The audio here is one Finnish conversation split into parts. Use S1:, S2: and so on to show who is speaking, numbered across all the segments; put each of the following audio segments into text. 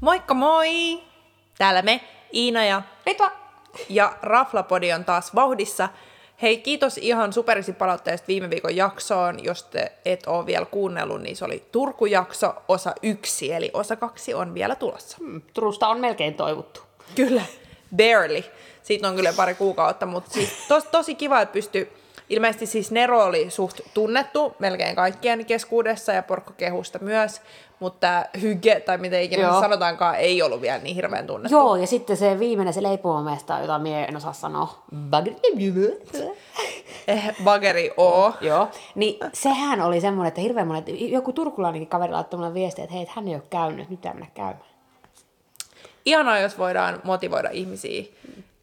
S1: Moikka moi! Täällä me, Iina ja
S2: Ritva!
S1: ja Raflapodi on taas vauhdissa. Hei, kiitos ihan superisi palautteesta viime viikon jaksoon. Jos te et ole vielä kuunnellut, niin se oli Turku-jakso osa yksi, eli osa kaksi on vielä tulossa.
S2: Mm, Turusta on melkein toivottu.
S1: Kyllä, barely. Siitä on kyllä pari kuukautta, mutta siis tos, tosi kiva, että pysty... Ilmeisesti siis Nero oli suht tunnettu melkein kaikkien keskuudessa ja porkkokehusta myös, mutta Hygge, tai miten ikinä
S2: Joo.
S1: se sanotaankaan, ei ollut vielä niin hirveän tunnettu.
S2: Joo, ja sitten se viimeinen, se leipomesta, jota mie en osaa sanoa. Bagdad-
S1: Eh, bageri oo.
S2: Joo. Niin sehän oli semmoinen, että hirveän monet, joku turkulainenkin kaveri laittoi mulle viestiä, että hei, että hän ei ole käynyt, nyt pitää mennä käymään.
S1: Ihanaa, jos voidaan motivoida ihmisiä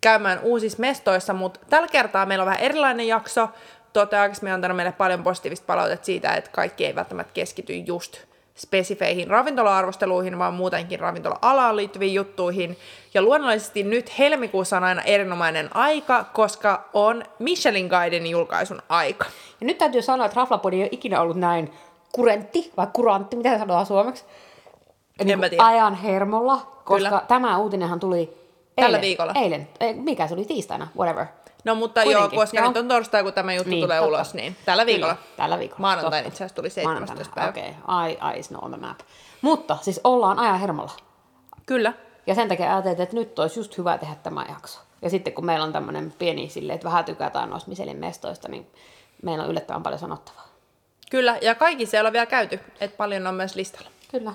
S1: käymään uusissa mestoissa, mutta tällä kertaa meillä on vähän erilainen jakso. Tota, aikaisemmin on antanut meille paljon positiivista palautetta siitä, että kaikki ei välttämättä keskity just spesifeihin ravintola-arvosteluihin, vaan muutenkin ravintola-alaan liittyviin juttuihin. Ja luonnollisesti nyt helmikuussa on aina erinomainen aika, koska on Michelin Guiden julkaisun aika.
S2: Ja nyt täytyy sanoa, että Raflapodi ei ole ikinä ollut näin kurentti vai kurantti, mitä se sanotaan suomeksi. Niin
S1: mä
S2: kuin
S1: tiedä.
S2: Ajan hermolla, koska
S1: Kyllä.
S2: Kyllä. tämä uutinenhan tuli
S1: Tällä
S2: eilen,
S1: viikolla.
S2: Eilen, Ei, mikä se oli tiistaina, whatever.
S1: No mutta
S2: Kuitenkin,
S1: joo, koska
S2: joo.
S1: nyt on torstai, kun tämä juttu
S2: Niin,
S1: tulee
S2: totta.
S1: ulos, niin tällä
S2: Kyllä,
S1: viikolla.
S2: tällä viikolla.
S1: Maanantaina
S2: totta.
S1: itse asiassa tuli 17.
S2: Maanantaina,
S1: päivä.
S2: Okei, okay. I, I snow on the map. Mutta siis ollaan ajan hermolla.
S1: Kyllä.
S2: Ja sen takia ajateltiin, että nyt olisi just hyvä tehdä tämä jakso. Ja sitten kun meillä on tämmöinen pieni sille, että vähän tykätään noista Michelin mestoista, niin meillä on yllättävän paljon sanottavaa.
S1: Kyllä, ja kaikki siellä on vielä käyty, että paljon on myös listalla.
S2: Kyllä.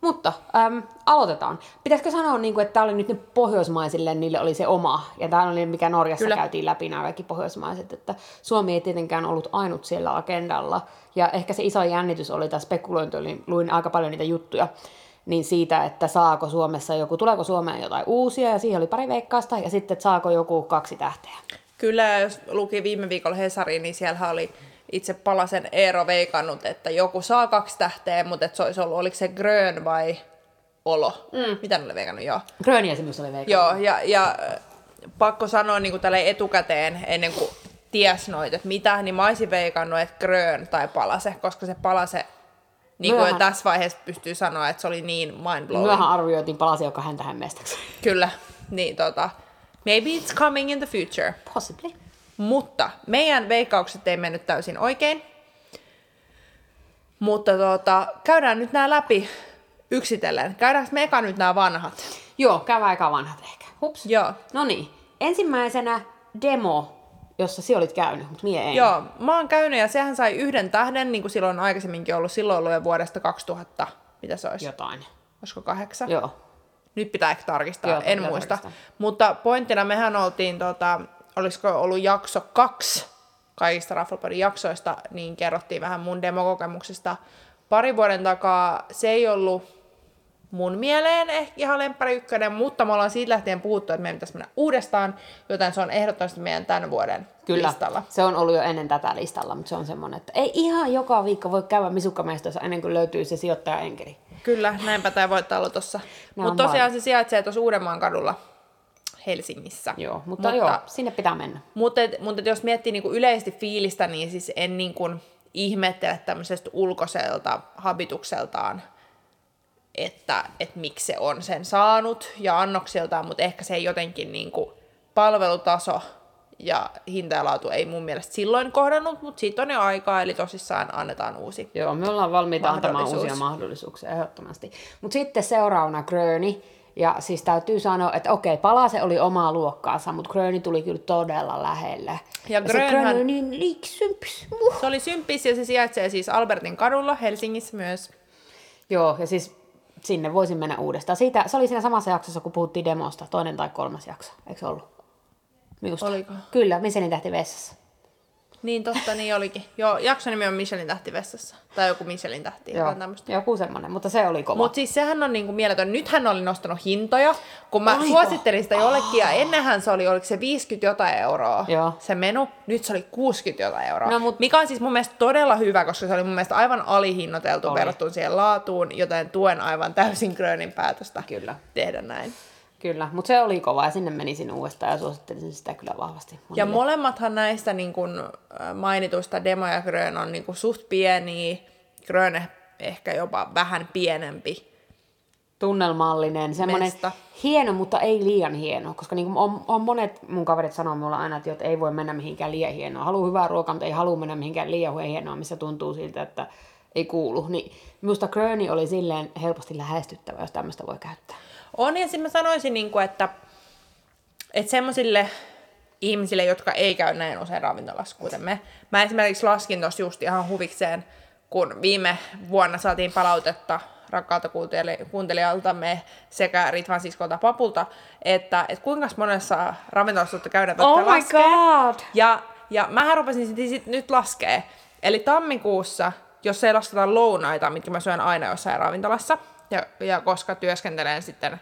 S2: Mutta äm, aloitetaan. Pitäisikö sanoa, niin kuin, että tämä oli nyt ne pohjoismaisille, niille oli se oma. Ja tämä oli, mikä Norjassa
S1: Kyllä.
S2: Kyllä. käytiin läpi nämä kaikki pohjoismaiset. Että Suomi ei tietenkään ollut ainut siellä agendalla. Ja ehkä se iso jännitys oli, tai spekulointi oli, luin aika paljon niitä juttuja, niin siitä, että saako Suomessa joku, tuleeko Suomeen jotain uusia, ja siihen oli pari veikkausta, ja sitten, että saako joku kaksi tähteä.
S1: Kyllä, ja jos luki viime viikolla Hesariin, niin siellä oli itse Palasen Eero veikannut, että joku saa kaksi tähteä, mutta että se olisi ollut, oliko se Grön vai Olo? Mm. Mitä ne oli veikannut, joo.
S2: Gröniä se myös oli veikannut.
S1: Joo, ja, ja äh, pakko sanoa niin kuin tälle etukäteen, ennen kuin ties noita, että mitä, niin mä olisin veikannut, että Grön tai Palase, koska se Palase, niin kuin jo
S2: Myöhän-
S1: tässä vaiheessa pystyy sanoa, että se oli niin mindblowing.
S2: Myöhän arvioitiin palasia joka hän tähän mestaksi.
S1: Kyllä, niin tota, maybe it's coming in the future.
S2: Possibly.
S1: Mutta meidän veikkaukset ei mennyt täysin oikein. Mutta tota, käydään nyt nämä läpi yksitellen. Käydäänkö me eka nyt nämä vanhat?
S2: Joo, käy aika vanhat ehkä. Hups.
S1: Joo.
S2: No niin, ensimmäisenä demo, jossa sinä olit käynyt, mutta mie en.
S1: Joo, mä oon käynyt ja sehän sai yhden tähden, niin kuin silloin aikaisemminkin ollut. Silloin ollut jo vuodesta 2000, mitä se olisi?
S2: Jotain.
S1: Olisiko kahdeksan?
S2: Joo.
S1: Nyt pitää ehkä tarkistaa,
S2: Joo,
S1: en
S2: pitää
S1: muista.
S2: tarkistaa.
S1: Mutta pointtina mehän oltiin, tota, olisiko ollut jakso kaksi kaikista Rafflepodin jaksoista, niin kerrottiin vähän mun demokokemuksesta pari vuoden takaa. Se ei ollut mun mieleen ehkä ihan lemppari ykkönen, mutta me ollaan siitä lähtien puhuttu, että meidän pitäisi mennä uudestaan, joten se on ehdottomasti meidän tämän vuoden
S2: Kyllä.
S1: listalla.
S2: Se on ollut jo ennen tätä listalla, mutta se on semmoinen, että ei ihan joka viikko voi käydä misukkamestossa ennen kuin löytyy se sijoittajaenkeli.
S1: Kyllä, näinpä tämä voittaa olla tuossa.
S2: Nää
S1: Mutta
S2: on
S1: tosiaan se sijaitsee tuossa Uudenmaan kadulla Helsingissä.
S2: Joo, mutta, mutta joo, sinne pitää mennä.
S1: Mutta mut jos miettii niinku yleisesti fiilistä, niin siis en niinku ihmettele tämmöisestä ulkoiselta habitukseltaan, että et miksi se on sen saanut ja annoksiltaan, mutta ehkä se ei jotenkin niinku palvelutaso ja hinta ja laatu ei mun mielestä silloin kohdannut, mutta siitä on jo aikaa, eli tosissaan annetaan uusi.
S2: Joo, me ollaan valmiita antamaan
S1: Mahdollisuus.
S2: uusia mahdollisuuksia ehdottomasti. Mutta sitten seuraavana Gröni. Ja siis täytyy sanoa, että okei, Palase oli omaa luokkaansa, mutta Gröni tuli kyllä todella lähelle.
S1: Ja
S2: se
S1: Grönhän-
S2: Gröni oli niin liksymps. Muh.
S1: Se oli symppis ja se sijaitsee siis Albertin kadulla Helsingissä myös.
S2: Joo, ja siis sinne voisin mennä uudestaan. Siitä, se oli siinä samassa jaksossa, kun puhuttiin demosta, toinen tai kolmas jakso, eikö se ollut? Minusta.
S1: Oliko?
S2: Kyllä, Michelin tähti vessassa.
S1: Niin totta, niin olikin. Joo, jakson nimi on Michelin tähti vessassa. Tai joku Michelin tähti.
S2: Joo,
S1: jotain tämmöstä.
S2: joku semmoinen, mutta se oli kova.
S1: Mutta siis sehän on niinku mieletön. Nyt hän oli nostanut hintoja, kun mä
S2: Oliko?
S1: suosittelin sitä jollekin, ja ennenhän se oli, oliko se 50 jotain euroa
S2: Joo.
S1: se menu, nyt se oli 60 jotain euroa. No,
S2: No,
S1: mut...
S2: mut-
S1: Mikä on siis mun mielestä todella hyvä, koska se oli mun mielestä aivan alihinnoiteltu oli.
S2: Oli.
S1: verrattuna siihen laatuun, joten tuen aivan täysin Grönin päätöstä
S2: Kyllä.
S1: tehdä näin.
S2: Kyllä, mutta se oli kova ja sinne menisin uudestaan ja suosittelisin sitä kyllä vahvasti.
S1: Ja
S2: monille.
S1: molemmathan näistä niin kun, äh, mainituista Demo ja Grön on niinku niin kun, suht pieniä. Grön eh- ehkä jopa vähän pienempi.
S2: tunnelmallinen, semmoinen
S1: Mesta.
S2: hieno, mutta ei liian hieno, koska niin on, on, monet mun kaverit sanoo mulle aina, että, joo, että ei voi mennä mihinkään liian hienoa. Haluaa hyvää ruokaa, mutta ei halua mennä mihinkään liian hienoa, missä tuntuu siltä, että ei kuulu. Niin minusta Gröni oli silleen helposti lähestyttävä, jos tämmöistä voi käyttää.
S1: On, ja sitten mä sanoisin, niin kuin, että, että semmoisille ihmisille, jotka ei käy näin usein ravintolassa, kuten me. Mä esimerkiksi laskin tuossa just ihan huvikseen, kun viime vuonna saatiin palautetta rakkaalta kuunteli- kuuntelijaltamme sekä Ritvan siskolta Papulta, että, että kuinka monessa ravintolassa olette käydä
S2: Oh
S1: olette laskee.
S2: god!
S1: Ja, ja mä rupesin sit, sit nyt laskee. Eli tammikuussa, jos ei lasketa lounaita, mitkä mä syön aina jossain ravintolassa, ja, ja koska työskentelen sitten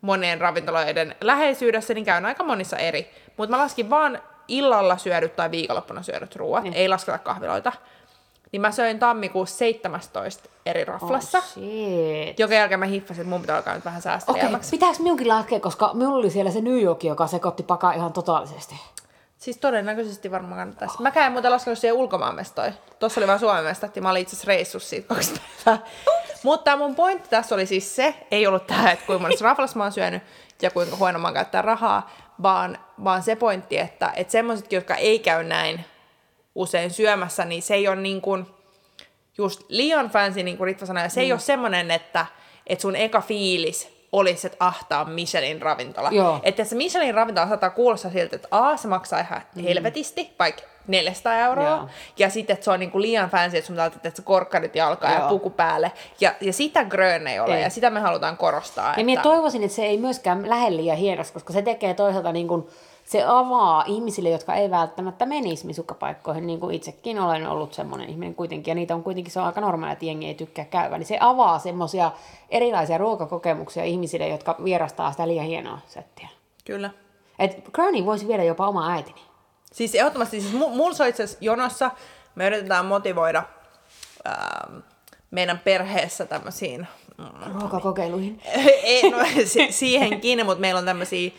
S1: monien ravintoloiden läheisyydessä, niin käyn aika monissa eri. Mutta mä laskin vaan illalla syödyt tai viikonloppuna syödyt ruoat,
S2: Niin.
S1: ei lasketa kahviloita. Niin mä söin tammikuussa 17 eri raflassa,
S2: Oh,
S1: oh,
S2: shit.
S1: jonka jälkeen mä hiffasin, että mun pitää alkaa nyt vähän
S2: Okei,
S1: säästelijämmäksi.
S2: okay. pitääkö minunkin laskea, koska minulla oli siellä se New York, joka sekoitti pakaa ihan totaalisesti.
S1: Siis todennäköisesti varmaan kannattaisi. Mä en muuten laskenut siihen ulkomaanmestoihin. Tuossa oli vaan Suomen mestat ja mä olin itse asiassa reissussa siitä kaksi päivää. Mutta mun pointti tässä oli siis se, ei ollut tämä, että kuinka monessa raflassa mä oon syönyt ja kuinka huono mä oon käyttää rahaa, vaan, vaan se pointti, että, että semmoiset, jotka ei käy näin usein syömässä, niin se ei ole niin kuin just liian fancy, niin kuin Ritva sanoi, ja se mm. ei ole semmoinen, että, että sun eka fiilis olisi, että ah, tää on Michelin ravintola.
S2: Joo.
S1: Että se Michelin ravintola saattaa kuulostaa siltä, että A, se maksaa ihan helvetisti, vaikka 400 euroa,
S2: Mm. Joo.
S1: ja sitten, että se on niinku liian fancy, että sun täytyy tehdä se korkkarit jalkaa ja
S2: Joo.
S1: puku päälle. Ja, ja sitä Grön ei ole,
S2: Ei.
S1: ja sitä me halutaan korostaa.
S2: Ja niin minä toivoisin, että se ei myöskään lähde liian hienoksi, koska se tekee toisaalta niin kuin, se avaa ihmisille, jotka ei välttämättä menisi misukkapaikkoihin, niin kuin itsekin olen ollut semmoinen ihminen kuitenkin, ja niitä on kuitenkin, se on aika normaalia, että jengi ei tykkää käydä, niin se avaa semmoisia erilaisia ruokakokemuksia ihmisille, jotka vierastaa sitä liian hienoa settiä.
S1: Kyllä.
S2: Et Granny voisi viedä jopa oma äitini.
S1: Siis ehdottomasti, siis mu- mulla se on itse asiassa jonossa, me yritetään motivoida ähm, meidän perheessä tämmöisiin mm,
S2: Ruokakokeiluihin.
S1: ei, no, si- siihenkin, mutta meillä on tämmöisiä,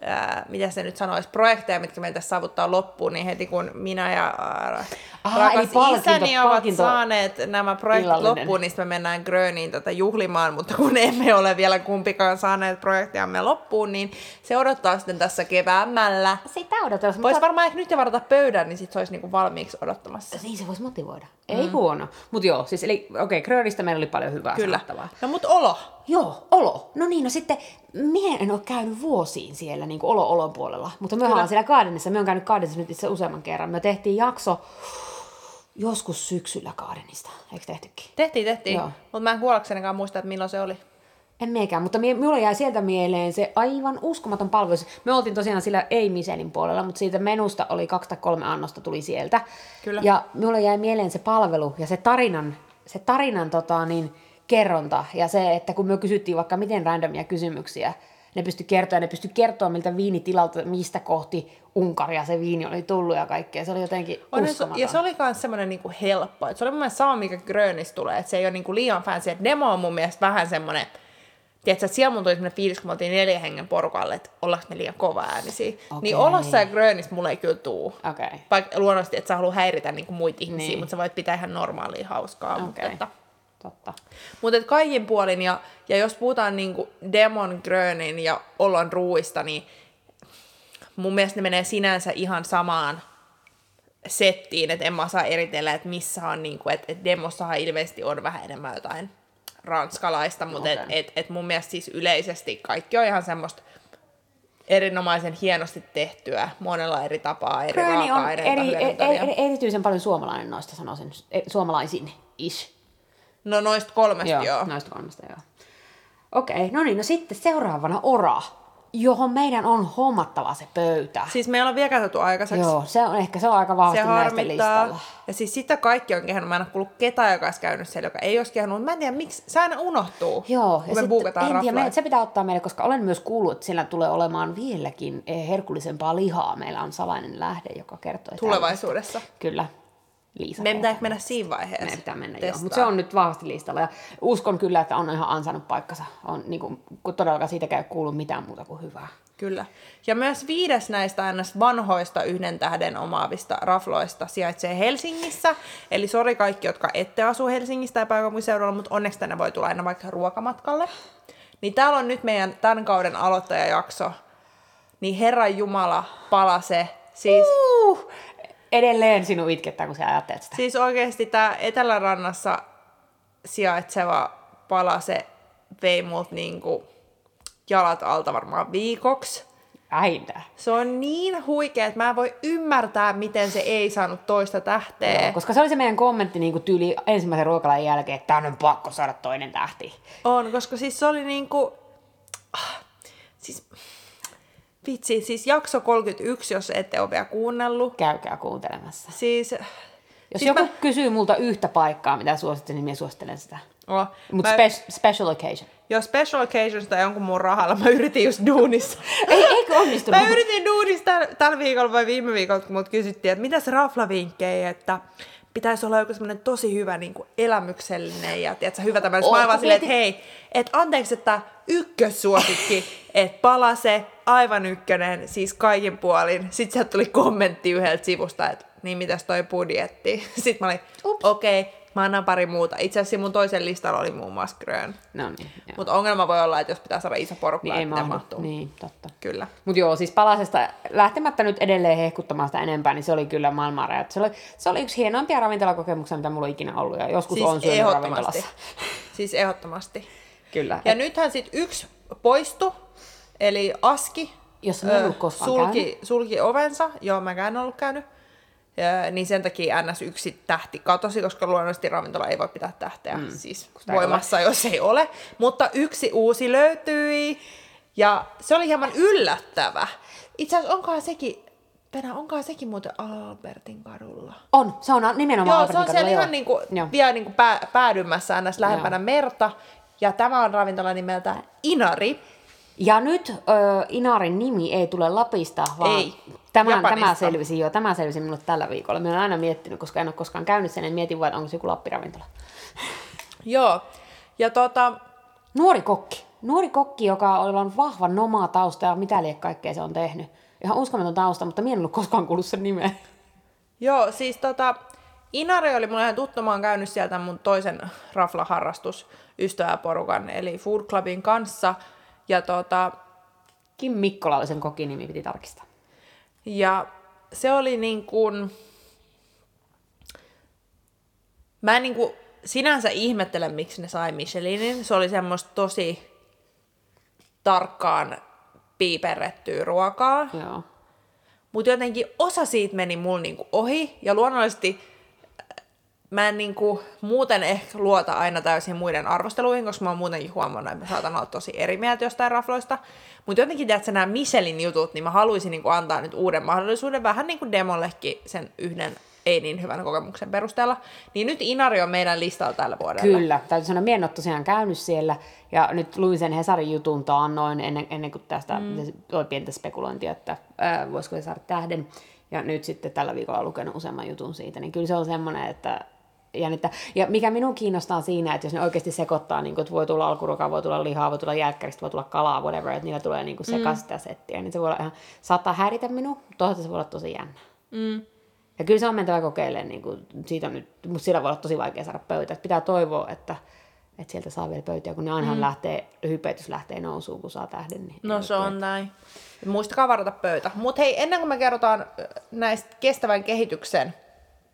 S1: ää, mitä se nyt sanoisi, projekteja, mitkä meillä tässä saavuttaa loppuun, niin heti kun minä ja ää,
S2: Aha, eli
S1: rakas
S2: palkinto-
S1: isäni ovat
S2: palkinto-
S1: saaneet nämä projektit
S2: illallinen.
S1: loppuun, niin sitten me mennään Gröniin tätä juhlimaan, mutta kun emme ole vielä kumpikaan saaneet projekteamme loppuun, niin se odottaa sitten tässä keväämällä.
S2: Sitä odotella,
S1: Voisi
S2: mutta
S1: varmaan ehkä nyt jo varata pöydän, niin sitten se olisi niinku valmiiksi odottamassa.
S2: niin se voisi motivoida. Ei huono. Mutta joo, siis eli okei, okay, Grönistä meillä oli paljon hyvää
S1: Kyllä.
S2: sanottavaa.
S1: No mut olo.
S2: Joo, olo. No niin, no sitten minä en ole käynyt vuosiin siellä niin olo olon puolella, mutta me ollaan siellä Gardenissa. Me on käynyt Gardenissa nyt itse useamman kerran. Me tehtiin jakso joskus syksyllä Gardenista, eikö tehtykin?
S1: Tehtiin, tehtiin.
S2: Joo.
S1: Mutta mä en kuollaksenikaan muista, että milloin se oli.
S2: En miekään, mutta mie, mulla jäi sieltä mieleen se aivan uskomaton palvelu. Me oltiin tosiaan sillä ei Michelin puolella, mutta siitä menusta oli kaksi tai kolme annosta tuli sieltä.
S1: Kyllä.
S2: Ja mulla jäi mieleen se palvelu ja se tarinan, se tarinan tota, niin, kerronta ja se, että kun me kysyttiin vaikka miten randomia kysymyksiä, ne pysty kertoa, ja ne pysty kertoa miltä viinitilalta, mistä kohti Unkaria se viini oli tullut ja kaikkea. Se oli jotenkin
S1: On, ja se-
S2: uskomaton.
S1: ja se oli myös semmoinen niinku helppo. Et se oli mun mielestä sama, mikä Grönis tulee. Että se ei ole niinku liian fancy. Et demo on mun mielestä vähän semmoinen... Tiedätkö, että siellä mun tuli semmoinen fiilis, kun me oltiin neljän hengen porukalle, että ollaanko me liian kova äänisiä. Okay. Niin
S2: Okei.
S1: olossa ja Grönis mulle ei kyllä tuu.
S2: Okei. Okay.
S1: Vaikka luonnollisesti, että sä halua häiritä niinku muita ihmisiä,
S2: Niin.
S1: mutta sä voit pitää ihan normaalia hauskaa. Okay. Mutta,
S2: Okei.
S1: että,
S2: Totta.
S1: mutta et kaikin puolin, ja, ja jos puhutaan niinku Demon Grönin ja Olon ruuista, niin mun mielestä ne menee sinänsä ihan samaan settiin, että en mä saa eritellä, että missä on, niin kuin, että, että demossahan ilmeisesti on vähän enemmän jotain ranskalaista, mutta okay. et,
S2: Okei.
S1: et, et mun mielestä siis yleisesti kaikki on ihan semmoista erinomaisen hienosti tehtyä, monella eri tapaa, eri
S2: Gröni on
S1: raaka-aineita.
S2: eri, eri,
S1: hyödyntäviä.
S2: eri, erityisen paljon suomalainen noista, sanoisin. E- Suomalaisin, ish.
S1: No noista kolmesta joo. joo.
S2: Noista kolmesta, joo. Okei, no niin, no sitten seuraavana ora, johon meidän on hommattava se pöytä.
S1: Siis meillä on vielä katsottu aikaiseksi.
S2: Joo, se on ehkä se on aika
S1: Se
S2: vahvasti näistä listalla.
S1: harmittaa. Ja siis sitä kaikki on kehannut. Mä en ole kuullut ketään, joka olisi käynyt siellä, joka ei olisi kehannut. Mutta mä en tiedä, miksi. Se aina unohtuu,
S2: Joo,
S1: kun me buukataan
S2: en tiedä,
S1: raflaa.
S2: me, se pitää ottaa meille, koska olen myös kuullut, että siellä tulee olemaan vieläkin eh, herkullisempaa lihaa. Meillä on salainen lähde, joka kertoo. että-
S1: tulevaisuudessa.
S2: Kyllä. Liisa
S1: Meidän
S2: kertoo.
S1: pitää ehkä mennä siinä vaiheessa.
S2: Meidän pitää mennä, joo.
S1: testaa.
S2: Mutta se on nyt vahvasti listalla ja uskon kyllä, että on ihan ansainnut paikkansa. On, niin kuin, kun todellakaan siitäkään ei kuulu mitään muuta kuin hyvää.
S1: Kyllä. Ja myös viides näistä ns. vanhoista yhden tähden omaavista rafloista sijaitsee Helsingissä. Eli sori kaikki, jotka ette asu Helsingistä ja pääkaupunkiseudulla, mutta onneksi tänne voi tulla aina vaikka ruokamatkalle. Niin täällä on nyt meidän tämän kauden aloittajajakso. Niin Herran Jumala, pala se. Siis,
S2: Uh, edelleen sinun itkettää, kun sä ajattelet sitä.
S1: siis oikeasti tämä Etelärannassa sijaitseva pala se vei mut niinku jalat alta varmaan viikoksi.
S2: Aina.
S1: Se on niin huikea, että mä en voi ymmärtää, miten se ei saanut toista tähteä.
S2: Koska se oli se meidän kommentti niin kuin tyyli ensimmäisen ruokalan jälkeen, että tän on pakko saada toinen tähti.
S1: On, koska siis se oli niinku... ah, Siis... Vitsi, siis jakso 31, jos ette ole vielä kuunnellut.
S2: Käykää kuuntelemassa.
S1: Siis...
S2: Jos
S1: siis
S2: joku kysyy multa yhtä paikkaa, mitä suosittelen, niin minä suosittelen sitä.
S1: Mä, oh,
S2: Mutta
S1: mä,
S2: spe- special occasion.
S1: jos special occasions tai jonkun mun rahalla, mä yritin just duunissa.
S2: Ei, eikö onnistunut?
S1: Mä yritin duunissa täl- tällä viikolla vai viime viikolla, kun mut kysyttiin, että mitäs raflavinkkejä, että pitäisi olla joku semmoinen tosi hyvä niin kuin elämyksellinen ja tiedätkö, hyvä tämmöinen. Oh,
S2: Ootko
S1: mä vaan silleen, että
S2: mieti-
S1: hei, että anteeksi, että ykkössuosikki, että palase, aivan ykkönen, siis kaikin puolin. Sitten sieltä tuli kommentti yhdeltä sivusta, että niin mitäs toi budjetti. Sitten mä olin,
S2: Ups.
S1: okei, okay, mä annan pari muuta. Itse asiassa mun toisen listalla oli muun muassa Grön.
S2: No niin, joo.
S1: Mutta ongelma voi olla, että jos pitää saada iso porukka,
S2: niin
S1: niin
S2: ei
S1: että ne
S2: mahdu.
S1: mahtuu. Niin.
S2: Niin, totta.
S1: Kyllä.
S2: Mutta joo, siis palasesta lähtemättä nyt edelleen hehkuttamaan sitä enempää, niin se oli kyllä maailman rajat. Se oli, se oli yksi hienoimpia ravintolakokemuksia, mitä mulla on ikinä ollut, ja joskus on syönyt ravintolassa.
S1: Siis ehdottomasti.
S2: Kyllä.
S1: Ja
S2: Ja
S1: nythän sitten yksi poistu, eli Aski,
S2: Jos mä en
S1: ö,
S2: ollut koskaan
S1: sulki, sulki ovensa, joo mäkään en ollut käynyt, Ö, niin sen takia NS1 tähti katosi, koska luonnollisesti ravintola ei voi pitää tähteä mm, siis
S2: sitä ei
S1: voimassa, jos ei ole. Mutta yksi uusi löytyi, ja se oli hieman yllättävä. Itse asiassa onkohan sekin, Pena, onkohan sekin muuten Albertin kadulla?
S2: on, se on nimenomaan
S1: Joo, se
S2: Albertin
S1: on siellä
S2: kadulla,
S1: ihan
S2: joo.
S1: niinku,
S2: Joo.
S1: vielä niinku pää, päädymässä ns. lähempänä merta. Ja tämä on ravintola nimeltä Inari.
S2: Ja nyt ö, Inarin nimi ei tule Lapista, vaan
S1: Ei,
S2: Tämän,
S1: Japanista.
S2: tämä selvisi jo, tämä selvisi minulle tällä viikolla. Mä oon aina miettinyt, koska en ole koskaan käynyt sen, niin mietin vaan, että onko se joku Lappiravintola.
S1: Joo. Ja tota,
S2: Nuori kokki. Nuori kokki, joka on vahva nomaa tausta ja mitä liian kaikkea se on tehnyt. Ihan uskomaton tausta, mutta minä en ollut koskaan kuullut sen nimeä.
S1: joo, siis tota, Inari oli mulle ihan tuttu, mä oon käynyt sieltä mun toisen raflaharrastus ystäväporukan, eli Food Clubin kanssa. Ja tota,
S2: Kim Mikkola oli sen kokin nimi, piti tarkistaa.
S1: Ja se oli niin kuin... Mä en niin kuin sinänsä ihmettele, miksi ne sai Michelinin. Se oli semmoista tosi tarkkaan piiperrettyä ruokaa.
S2: Joo.
S1: Mutta jotenkin osa siitä meni mulla niinku ohi. Ja luonnollisesti äh, mä en niinku muuten ehkä luota aina täysin muiden arvosteluihin, koska mä oon muutenkin huomannut, että mä saatan olla tosi eri mieltä jostain rafloista. Mutta jotenkin, tiedätkö, nämä Michelin jutut, niin mä haluaisin niinku antaa nyt uuden mahdollisuuden vähän niin kuin demollekin sen yhden ei niin hyvän kokemuksen perusteella. Niin nyt Inari on meidän listalla tällä vuodella.
S2: Kyllä, täytyy sanoa, minä en ole tosiaan käynyt siellä. Ja nyt luin sen Hesarin jutun taannoin ennen, ennen kuin tästä mm. oli pientä spekulointia, että ää, voisiko se saada tähden. Ja nyt sitten tällä viikolla olen lukenut useamman jutun siitä, niin kyllä se on semmoinen, että jännittää. Ja mikä minun kiinnostaa siinä, että jos ne oikeasti sekoittaa, niin kuin, että voi tulla alkuruokaa, voi tulla lihaa, voi tulla jälkkäristä, voi tulla kalaa, whatever, että niillä tulee niin sekaisin sitä settiä, niin se voi olla ihan, saattaa häiritä minua, toisaalta se voi olla tosi jännä. Ja kyllä se on mentävä kokeilemaan, niin kuin, siitä on nyt, mutta sillä voi olla tosi vaikea saada pöytä. Et pitää toivoa, että, että sieltä saa vielä pöytiä, kun ne ainahan mm. lähtee, hypetys lähtee nousuun, kun saa tähden. Niin
S1: No se on näin. Muistakaa varata pöytä. Mutta hei, ennen kuin me kerrotaan ö, näistä kestävän kehityksen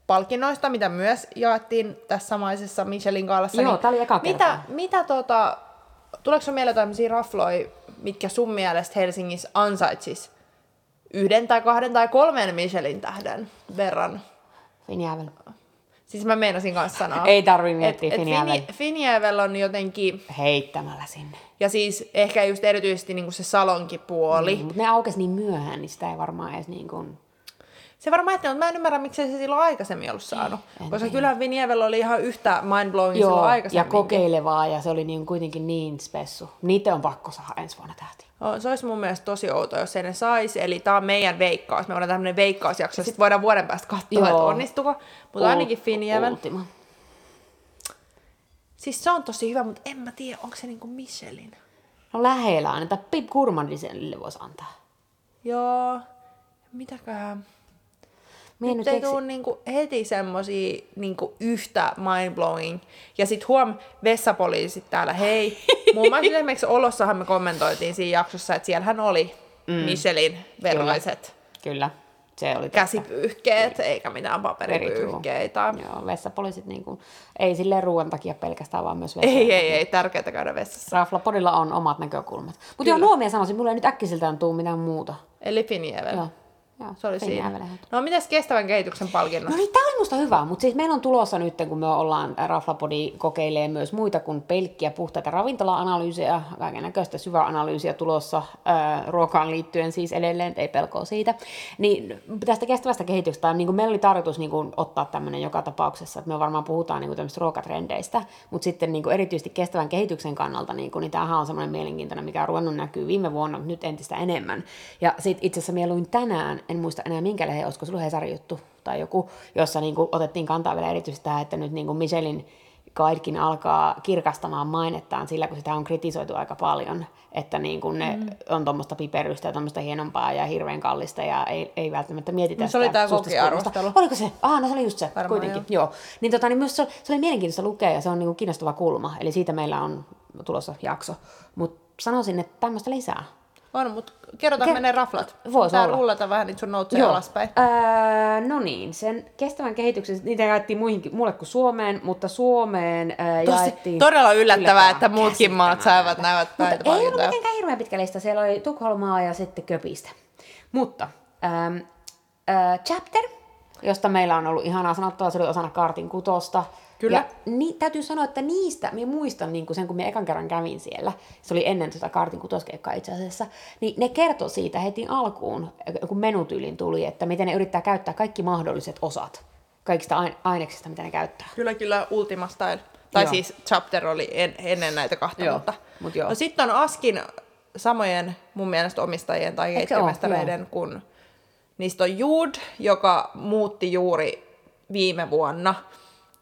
S1: palkinnoista, mitä myös jaettiin tässä samaisessa Michelin kaalassa. niin
S2: Joo, tää oli eka
S1: mitä,
S2: kerta.
S1: mitä tota, tuleeko sun mieleen tämmöisiä rafloja, mitkä sun mielestä Helsingissä ansaitsis yhden tai kahden tai kolmen Michelin tähden verran?
S2: Finjäävel.
S1: Siis mä meinasin kanssa sanoa.
S2: Ei tarvii miettiä
S1: Et- et
S2: Finjäävel.
S1: Fini- Finjävel on jotenkin,
S2: Heittämällä sinne.
S1: ja siis ehkä just erityisesti niinku se salonkipuoli,
S2: Mutta ne aukesi niin myöhään, niin sitä ei varmaan edes niin kuin...
S1: Se varmaan ajattelee, mutta mä en ymmärrä, miksei se silloin aikaisemmin ollut saanut. koska kyllä Vinjevellä oli ihan yhtä mindblowing
S2: Joo,
S1: silloin
S2: ja
S1: aikaisemmin.
S2: kokeilevaa, ja se oli niin, kuitenkin niin spessu. Niitä on pakko saada ensi vuonna tähti.
S1: Oh, se olisi mun mielestä tosi outoa, jos ei ne saisi. Eli tämä on meidän veikkaus. Me voidaan tämmöinen veikkausjakso, sitten voidaan vuoden päästä katsoa,
S2: Joo.
S1: että onnistuko. Mutta ainakin
S2: Ult-
S1: Finjevel.
S2: Ultima.
S1: Siis se on tosi hyvä, mutta en mä tiedä, onko se niinku Michelin.
S2: No lähellä annetaan. Pip Gurmandiselle voisi antaa.
S1: Joo, mitäköhän.
S2: Mie
S1: Nyt ei tule niinku heti semmosia niinku yhtä mindblowing. Ja sit huom, vessapoliisit täällä, hei, Muun muassa esimerkiksi Olossahan me kommentoitiin siinä jaksossa, että siellähän oli mm. Michelin verraiset
S2: Kyllä, se oli totta.
S1: käsipyyhkeet, eikä mitään paperipyyhkeitä.
S2: Joo, vessapoliisit niin kuin, ei silleen ruoan takia pelkästään, vaan myös vessa.
S1: Ei, ei, ei, tärkeää käydä vessassa.
S2: Raflapodilla on omat näkökulmat. Mutta joo, nuo mie sanoisin, mulla ei nyt äkkiseltään tuu mitään muuta.
S1: Eli Finievel.
S2: Joo. joo
S1: Se oli siinä.
S2: Finjärvellä.
S1: No mitäs kestävän kehityksen palkinnot?
S2: No niin, tämä oli musta hyvä, mutta siis meillä on tulossa nyt, kun me ollaan Raflapodi kokeilee myös muita kuin pelkkiä puhtaita ravintola-analyysejä, kaiken näköistä syväanalyysiä tulossa ää, ruokaan liittyen siis edelleen, et ei pelkoa siitä. Niin tästä kestävästä kehityksestä, niin kuin meillä oli tarkoitus niin kuin, ottaa tämmöinen joka tapauksessa, että me varmaan puhutaan niin kuin, tämmöistä ruokatrendeistä, mutta sitten niin kuin, erityisesti kestävän kehityksen kannalta, niin, kuin, niin tämähän on semmoinen mielenkiintoinen, mikä on ruvennut näkyy viime vuonna, mutta nyt entistä enemmän. Ja sitten itse asiassa mieluin tänään, en muista enää minkä lehen, olisiko se ollut Hesarin juttu, tai joku, jossa niin kuin otettiin kantaa vielä erityisesti tähän, että nyt niin kuin Michelin Guidekin alkaa kirkastamaan mainettaan sillä, kun sitä on kritisoitu aika paljon, että niin kuin ne mm. on tuommoista piperystä ja tuommoista hienompaa ja hirveän kallista ja ei, ei välttämättä mietitä
S1: No se oli
S2: sitä
S1: tää
S2: susta
S1: kokiarvostelu.
S2: suusta. Oliko se? Ah, no se oli just se,
S1: Varmaan
S2: kuitenkin. Joo. joo. Niin, tota, niin myös se, se oli mielenkiintoista lukea ja se on niin kuin kiinnostava kulma, eli siitä meillä on tulossa jakso. Mutta sanoisin, että tämmöistä lisää.
S1: On, mutta kerrotaan
S2: Ke-
S1: Ke- menee raflat.
S2: Vois
S1: Tää
S2: olla.
S1: rullata vähän niitä sun noutseja alaspäin.
S2: Öö, no niin, sen kestävän kehityksen, niitä jaettiin muihinkin, mulle kuin Suomeen, mutta Suomeen öö,
S1: Tosi,
S2: jaettiin...
S1: todella yllättävää,
S2: Yllättävää,
S1: että muutkin maat saivat
S2: käsittämätöntä.
S1: näitä
S2: Mutta ei ollut
S1: taitopalkintoja.
S2: mitenkään hirveän pitkä lista, siellä oli Tukholmaa ja sitten Köpistä. Mutta ähm, äh, Chapter, josta meillä on ollut ihanaa sanottavaa, se oli osana kartin kutosta.
S1: Kyllä.
S2: Ja ni, täytyy sanoa, että niistä, minä muistan niin sen, kun minä ekan kerran kävin siellä, se oli ennen tuota kartin kutoskeikkaa itse asiassa, niin ne kertoi siitä heti alkuun, kun menutyylin tuli, että miten ne yrittää käyttää kaikki mahdolliset osat kaikista ain- aineksista, mitä ne käyttää.
S1: Kyllä, kyllä Ultima Style. Tai
S2: Joo.
S1: joo. siis Chapter oli en, ennen näitä kahta
S2: Joo,
S1: vuotta.
S2: mut joo.
S1: No sitten on Askin samojen mun mielestä omistajien tai
S2: Eikö se oo?
S1: keittiömestareiden, kun niistä on Jude, joka muutti juuri viime vuonna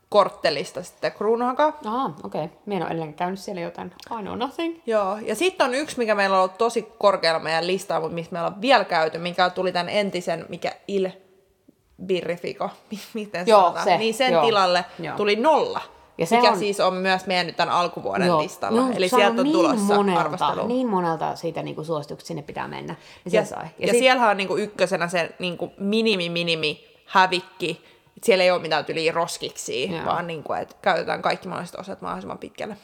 S1: korttelista sitten Kruunhaka.
S2: Aha, okei. Okay. Minä en ole edelleenkään käynyt siellä, joten I know nothing.
S1: Joo, ja sitten on yksi, mikä meillä on ollut tosi korkealla meidän listaa, mutta missä meillä on vielä käyty, mikä tuli tämän entisen, mikä Il Birrifiko, mi- miten se
S2: Joo,
S1: sanotaan,
S2: se,
S1: niin sen
S2: joo,
S1: tilalle
S2: joo.
S1: tuli nolla.
S2: Ja
S1: Ja
S2: se
S1: mikä
S2: on-
S1: siis on myös meidän nyt tämän alkuvuoden
S2: Joo.
S1: listalla.
S2: Ne
S1: Eli
S2: saanut
S1: sieltä on
S2: niin
S1: tulossa
S2: monelta,
S1: arvostelu.
S2: Niin monelta siitä niinku suosituksesta sinne pitää mennä. Ja,
S1: ja,
S2: se sai.
S1: ja, ja
S2: sit-
S1: siellähän on niinku ykkösenä se niinku minimi, minimi hävikki. Et siellä ei ole mitään yli roskiksi,
S2: Joo.
S1: vaan niinku, et käytetään kaikki mahdolliset osat mahdollisimman pitkälle.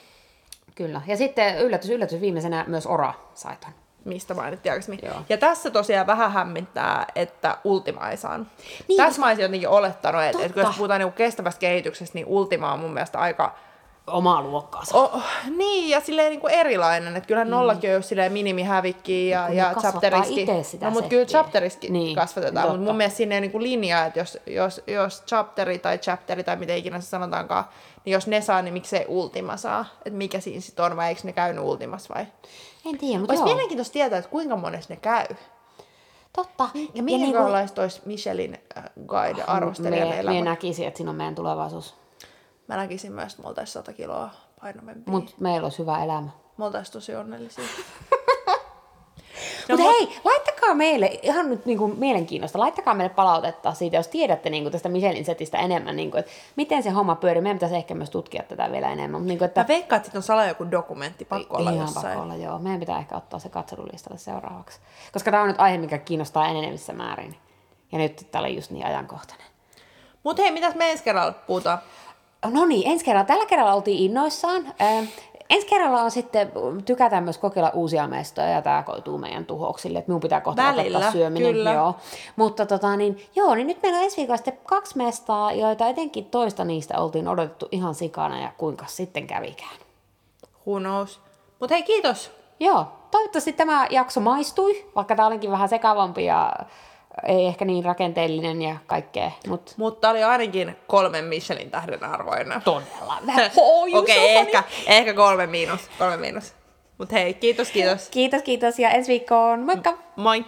S2: Kyllä. Ja sitten yllätys, yllätys viimeisenä myös Ora sai ton.
S1: mistä mainittiin aikaisemmin.
S2: Joo.
S1: Ja tässä tosiaan vähän hämmittää, että Ultima ei saanut.
S2: Niin,
S1: Niin, tässä mä olisin jotenkin olettanut, että, että kun
S2: Totta.
S1: jos puhutaan niinku kestävästä kehityksestä, niin Ultima on mun mielestä aika...
S2: Omaa luokkaansa.
S1: Oh, niin, ja silleen niinku erilainen. Että kyllähän nollakin on just silleen minimihävikkiä ja,
S2: Niin. kun ne
S1: ja
S2: kasvattaa
S1: chapteriski.
S2: itse sitä
S1: No, mutta
S2: settiä.
S1: kyllä chapteriskin
S2: Niin,
S1: niin, kasvatetaan. Mutta
S2: totta.
S1: mun mielestä siinä ei niinku linjaa, että jos, jos, jos chapteri tai chapteri tai miten ikinä se sanotaankaan, niin jos ne saa, niin miksei Ultima saa? Että mikä siinä sitten on, vai eikö ne käynyt Ultimassa vai?
S2: En tiedä, mutta
S1: Olisi
S2: joo.
S1: mielenkiintoista tietää, että kuinka monessa ne käy.
S2: Totta. niinku
S1: Ja niinku- minkälaista olisi Michelin äh, guide-arvostelija
S2: me,
S1: meillä?
S2: me
S1: mut
S2: näkisin, että siinä on meidän tulevaisuus.
S1: Mä näkisin myös, että me oltaisiin 100 kiloa painovempi. Mut...
S2: Mutta meillä olisi hyvä elämä.
S1: Me oltaisiin tosi onnellisia.
S2: No, Mutta hei, laittakaa meille, ihan nyt niin kuin mielenkiinnosta, laittakaa meille palautetta siitä, jos tiedätte niin kuin tästä Michelin setistä enemmän, niin kuin, että miten se homma pyörii. Meidän pitäisi ehkä myös tutkia tätä vielä enemmän. Mutta niin kuin, että
S1: Mä veikkaan, että sit on salaa joku dokumentti, pakko olla
S2: Ihan
S1: jossain.
S2: pakko olla, joo. Meidän pitää ehkä ottaa se katselulistalle seuraavaksi. Koska tämä on nyt aihe, mikä kiinnostaa enenevissä määrin. Ja nyt tämä oli just niin ajankohtainen.
S1: Mut hei, mitäs me ensi kerralla puhutaan?
S2: No niin, ensi kerralla. Tällä kerralla oltiin innoissaan. Ö, ensi kerralla on sitten, tykätään myös kokeilla uusia mestoja ja tämä koituu meidän tuhoksille, että minun pitää kohta
S1: Välillä,
S2: lopettaa syöminen.
S1: kyllä.
S2: Joo. Mutta tota niin, joo, niin nyt meillä on ensi viikolla sitten kaksi mestaa, joita etenkin toista niistä oltiin odotettu ihan sikana ja kuinka sitten kävikään.
S1: Who knows? Mut hei, kiitos.
S2: Joo, toivottavasti tämä jakso maistui, vaikka tämä olikin vähän sekavampi ja ei ehkä niin rakenteellinen ja kaikkea, mutta
S1: Mutta oli ainakin kolmen Michelin tähden arvoinen.
S2: todella vähän. Oh, you
S1: Okei,
S2: so funny.
S1: ehkä, ehkä kolme miinus. Kolme miinus. Mut hei, kiitos, kiitos.
S2: Kiitos, kiitos ja ensi viikkoon. Moikka!
S1: Moi.